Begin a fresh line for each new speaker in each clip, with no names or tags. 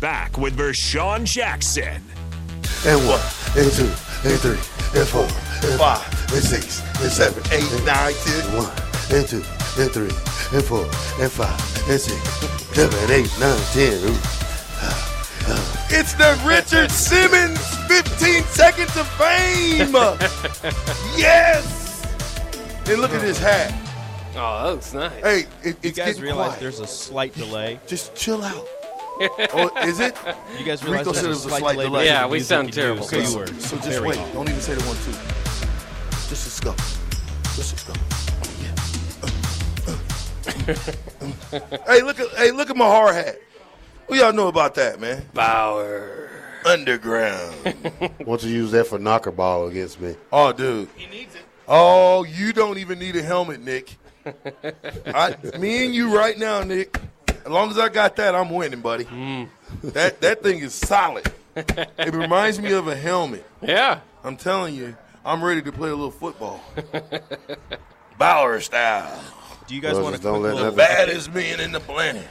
back with Vershawn Jackson.
And one, and two, and three, and four, and five, and six, and seven, eight, nine, ten. And one, and two, and three, and four, and five, and six, seven, eight, nine, ten. Ooh.
It's the Richard Simmons 15 seconds of fame. yes. And look at his hat.
Oh, that looks nice.
Hey, it,
You
it's
guys
getting
realize
quiet.
there's a slight delay.
Just chill out. oh, is it?
You guys
Rico
realize
said it
there's a
was a
slight,
slight
delay.
delay.
Yeah,
in
we
music
sound
and
terrible.
news,
Okay,
so
so,
you were
so just
very
wait.
off.
Don't even say the one two. Just just go. Just just go.
Hey, look at hey, look at my hard hat. What y'all know about that, man?
Bauer.
Underground.
Want to use that for knocker ball against me?
oh, dude. He needs it. Oh, you don't even need a helmet, Nick. I, me and you right now, Nick. As long as I got that, I'm winning, buddy.
Hmm.
That that thing is solid. it reminds me of a helmet.
Yeah.
I'm telling you, I'm ready to play a little football. Bauer style.
Do you guys
Well,
want a
just don't let
quick little?
nothing-
Baddest man in the planet.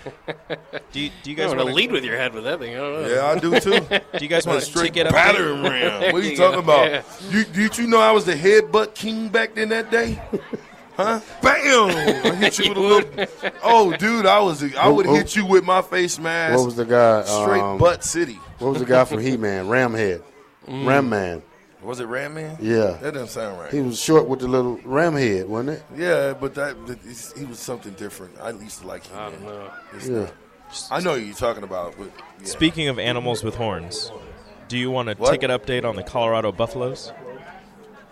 Do you, do
You
you guys
want to
wanna-
lead with your head with that thing. I don't know.
Yeah, I do too.
Do you guys want to
Straight
ticket up?
battering ram. What are you
you
talking
go.
about?
Yeah.
You did you know I was the headbutt king back then that day? Huh? Bam! I hit you with a little. Oh, dude, I was. I
Who-
would
who-
hit you with my face mask.
What was the guy?
Straight
um,
butt city.
What was the guy from He Man? Ramhead. Ram Man.
Was it Ram Man?
Yeah.
That doesn't sound right.
He was short with the little ram head, wasn't it?
yeah, but that but it's- he was something different. I used to like him.
I don't know.
Yeah.
I know who you're talking about, but yeah.
Speaking of animals with horns, do you want a
What?
ticket update on the Colorado Buffaloes?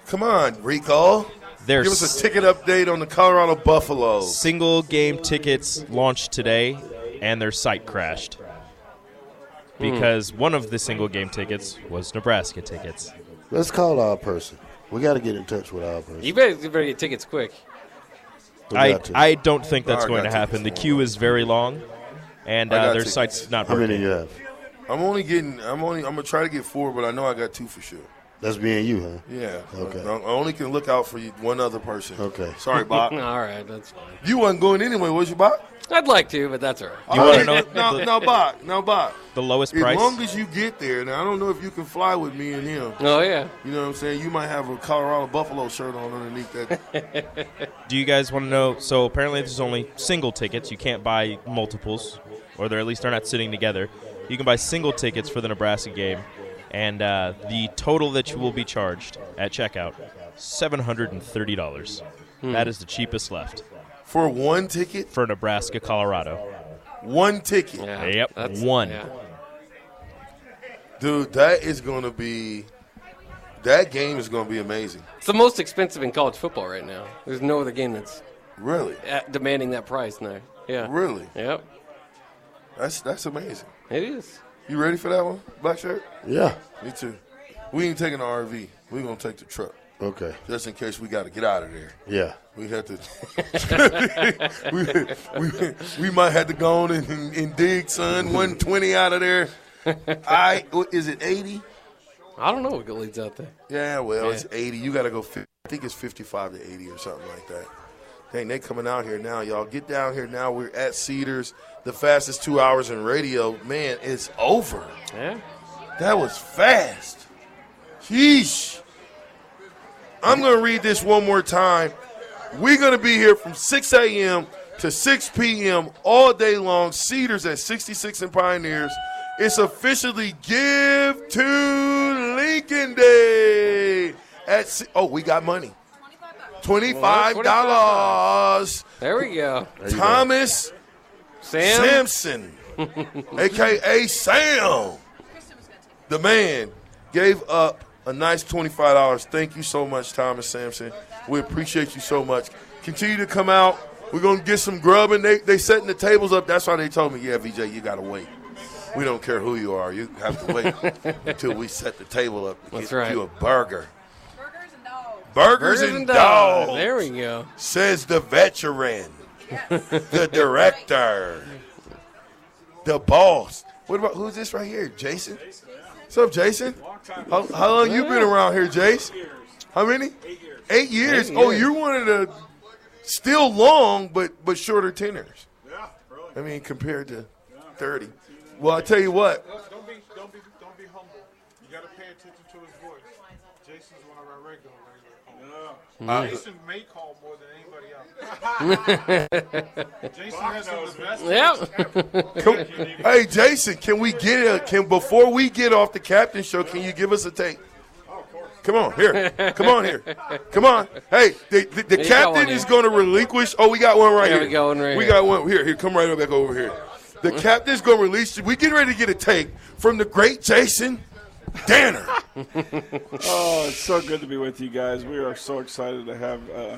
Come on, Rico.
They're
Give us
s-
a ticket update on the Colorado Buffaloes.
Single game tickets launched today, and their site crashed because one of the single game tickets was Nebraska tickets.
Let's call our person. We got to get in touch with our person.
You better, you better get tickets quick.
We
I,
got to.
I don't think that's
I
going to
got
happen. The
tickets.
queue is very long, and
I
uh,
got
their
tickets.
site's not
How many uh,
working.
you have?
I'm only getting. I'm only. I'm gonna try to get four, but I know I got two for sure.
That's being you, huh?
Yeah.
Okay.
I, I only can look out for you- one other person.
Okay.
Sorry, Bob.
All right, that's fine.
you wasn't going anyway, was you, Bob?
I'd like to, but that's all right.
You wanna
Oh,
know-
No, no, Bob. No, Bob.
The lowest
As
price.
long as you get there, now I don't know if you can fly with me and him.
Oh, yeah.
You know what I'm saying? You might have a Colorado Buffalo shirt on underneath that.
Do you guys want to know? So apparently, there's only single tickets. You can't buy multiples, or they're at least they're not sitting together. You can buy single tickets for the Nebraska game, and uh, the total that you will be charged at checkout, seven hundred and thirty dollars. That is the cheapest left
For one ticket?
for Nebraska, Colorado.
One ticket.
yeah
Yep,
that's-
one.
yeah.
Dude, that is going to be. That game is going to be amazing.
It's the most expensive in college football right now. There's no other game that's
Really?
at demanding that price now. Yeah.
Really?
Yep.
That's that's amazing.
It is.
You ready for that one, Black Shirt?
Yeah.
Me too. We ain't taking the RV. We're going to take the truck.
Okay.
just in case we got to get out of there.
Yeah.
We have to. we, we, we might have to go on and, and dig, son. One twenty out of there. I what is it eighty?
I don't know what leads out there.
Yeah, well, it's eighty. You got to go. fif- I think it's fifty-five to eighty or something like that. Dang, they coming out here now, y'all. Get down here now. We're at Cedars, the fastest two hours in radio. Man, it's over.
Yeah.
That was fast. Sheesh. I'm going to read this one more time. We're going to be here from 6 a.m. to 6 p.m. all day long. Cedars at 66 and Pioneers. It's officially Give to Lincoln Day. At C- oh, we got money. $25.
There we go.
Thomas
Sam.
Simpson, aka Sam, the man, gave up a nice twenty-five dollars. Thank you so much, Thomas Sampson. We appreciate you so much. Continue to come out. We're gonna get some grubbing. They they setting the tables up. That's why they told me, yeah, VJ, you gotta wait. We don't care who you are. You have to wait until we set the table up to
That's
get
right.
you a burger.
Burgers and dogs.
Burgers,
Burgers
and
and
dogs.
dogs. There we go.
Says the veteran, the director, the boss. What about who's this right here? Jason. What's up, Jason? How, how long you been around here, Jace? How many? Eight years.
Eight
Oh,
years.
you're one of the still long but but shorter tenors. Yeah, I mean compared to thirty. Well, I tell you what.
Don't be, don't be, don't be humble. You gotta pay attention to his voice. Jason's one of our regular, regular callers. Jason may call more than anybody else. Jason has some of the best.
Yep.
Can- hey, Jason, can we get a can before we get off the captain show? Can you give us a take? Come on here, come on here, come on. Hey, the, the, the
got
captain
one
is
here.
going to relinquish. Oh, we got one right
Yeah,
here.
we got one right
We
here. Mm-hmm.
got one here. Here, come right back over here. The captain's going to release. We getting ready to get a take from the great Jason Danner.
Oh, it's so good to be with you guys. We are so excited to have uh,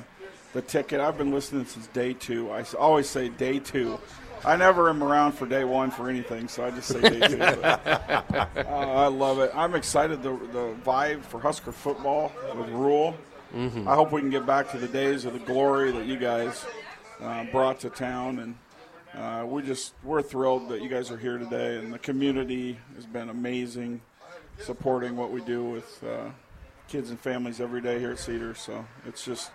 the ticket. I've been listening since day two. I s- always say day two. I never am around for day one for anything, so I just say day two. But, uh, I love it. I'm excited the the vibe for Husker football with Rule. I hope we can get back to the days of the glory that you guys uh, brought to town, and uh, we just we're thrilled that you guys are here today, and the community has been amazing supporting what we do with uh, kids and families every day here at Cedar. So it's just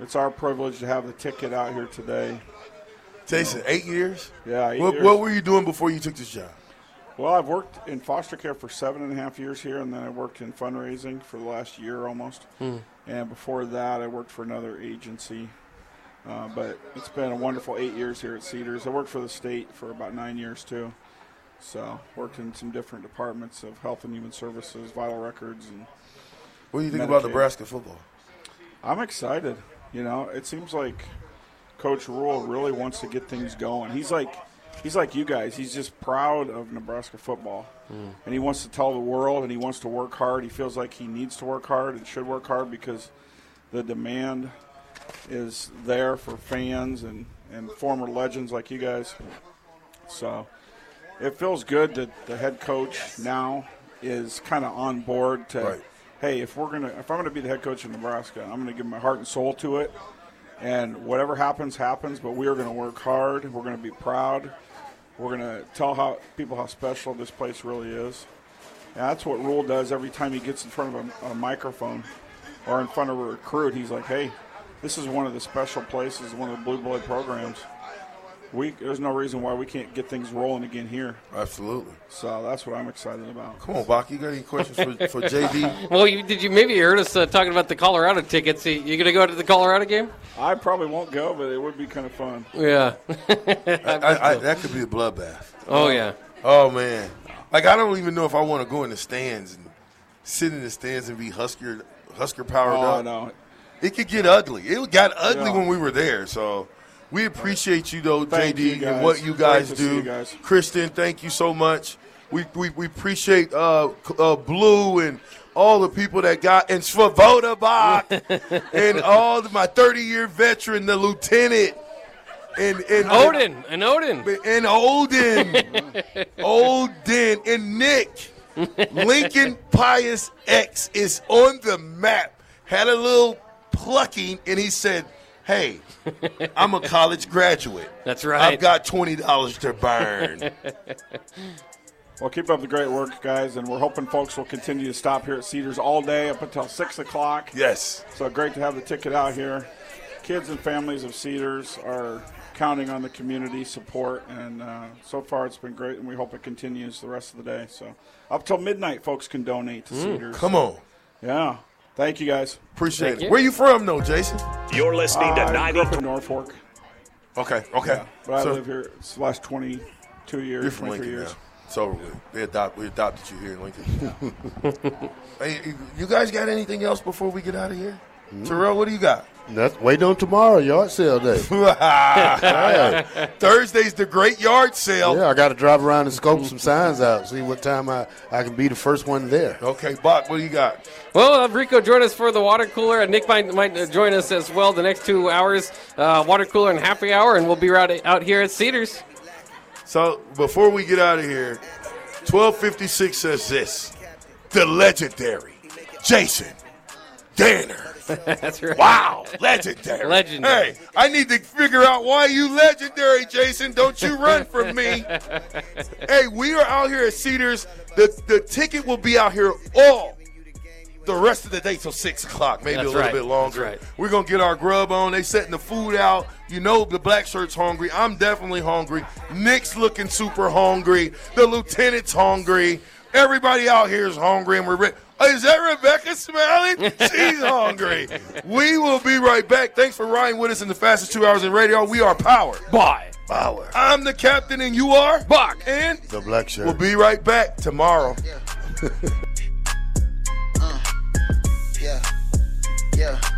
it's our privilege to have the ticket out here today.
Jason, eight years.
Yeah. eight
What,
years.
what were you doing before you took this job?
well, I've worked in foster care for seven and a half years here, and then I worked in fundraising for the last year almost. And before that, I worked for another agency. Uh, but it's been a wonderful eight years here at Cedars. I worked for the state for about nine years too. So worked in some different departments of health and human services, vital records, and
What do you think about
Medicaid.
Nebraska football?
I'm excited. You know, it seems like Coach Rule really wants to get things going. He's like, he's like you guys. He's just proud of Nebraska football, and he wants to tell the world, and he wants to work hard. He feels like he needs to work hard and should work hard because the demand is there for fans and and former legends like you guys. So it feels good that the head coach now is kind of on board to
Right.
hey if we're gonna if i'm gonna be the head coach in nebraska i'm gonna give my heart and soul to it and whatever happens happens but we are gonna work hard we're gonna be proud we're gonna tell how people how special this place really is and that's what rule does every time he gets in front of a, a microphone or in front of a recruit he's like hey this is one of the special places one of the blue blood programs we, there's no reason why we can't get things rolling again here.
Absolutely.
So that's what I'm excited about.
Come on, Bach. You got any questions for, for JD?
Well, you, did you maybe you heard us uh, talking about the Colorado tickets? You, you gonna go to the Colorado game?
I probably won't go, but it would be kind of fun.
Yeah.
I, I, that could be a bloodbath.
oh yeah.
Oh man, like I don't even know if I want to go in the stands and sit in the stands and be Husker Husker powered
Oh,
up.
no.
It could get ugly. It got ugly
Yeah.
when we were there. So we appreciate you though,
Thank
JD,
you,
and
guys.
what you
Great
guys
to see
do.
you guys.
Kristen, thank you so much. We we, we appreciate uh, C- uh, Blue and all the people that got and Svoboda Bach and all the, my 30 year veteran, the lieutenant, and and
Odin and Odin.
and Olden, Olden, and Nick. Lincoln Pius X is on the map. Had a little plucking, and he said, "Hey, I'm a college graduate.
That's right.
I've got twenty dollars to burn."
Well, keep up the great work, guys, and we're hoping folks will continue to stop here at Cedars all day up until 6 o'clock.
yes,
So great to have the ticket out here. Kids and families of Cedars are counting on the community support, and uh, so far it's been great, and we hope it continues the rest of the day. So up till midnight, folks can donate to Cedars.
Mm, come on,
Yeah. Thank you, guys.
appreciate
Thank
it.
you.
Where you from, though, Jason?
You're listening to
I grew up
93.
in Norfolk.
Okay, okay.
Yeah, but I
So,
live here it's the last 22 years,
You're from
23
Lincoln
years.
now. It's over with. They adopt, we adopted you here in Lincoln. hey, you guys got anything else before we get out of here? Terrell, what do you got?
That's wait on tomorrow, yard sale day. Yeah.
Thursday's the great yard sale.
Yeah, I got to drive around and scope some signs out, see what time I, I can be the first one there.
Okay, Bach, what do you got?
Well, uh, Rico, join us for the water cooler, and Nick might, might uh, join us as well the next two hours. Uh, water cooler and happy hour, and we'll be right out here at Cedars.
So before we get out of here, 1256 says this. The legendary Jason Danner.
That's right.
Wow, legendary.
Legendary.
Hey, I need to figure out why you legendary, Jason. Don't you run from me. hey, we are out here at Cedars. The the ticket will be out here all the rest of the day till six o'clock, maybe
That's
a little
right.
bit longer.
That's right.
We're gonna get our grub on. They setting the food out. You know the black shirt's hungry. I'm definitely hungry. Nick's looking super hungry. The lieutenant's hungry. Everybody out here is hungry, and we're. Re- is that Rebecca smiling? She's hungry. We will be right back. Thanks for riding with us in the fastest two hours in radio. We are power.
Bye.
Power.
I'm the captain, and you are
Buck.
And
The black shirt.
we'll be right back tomorrow. Uh,
Yeah, yeah.
Uh,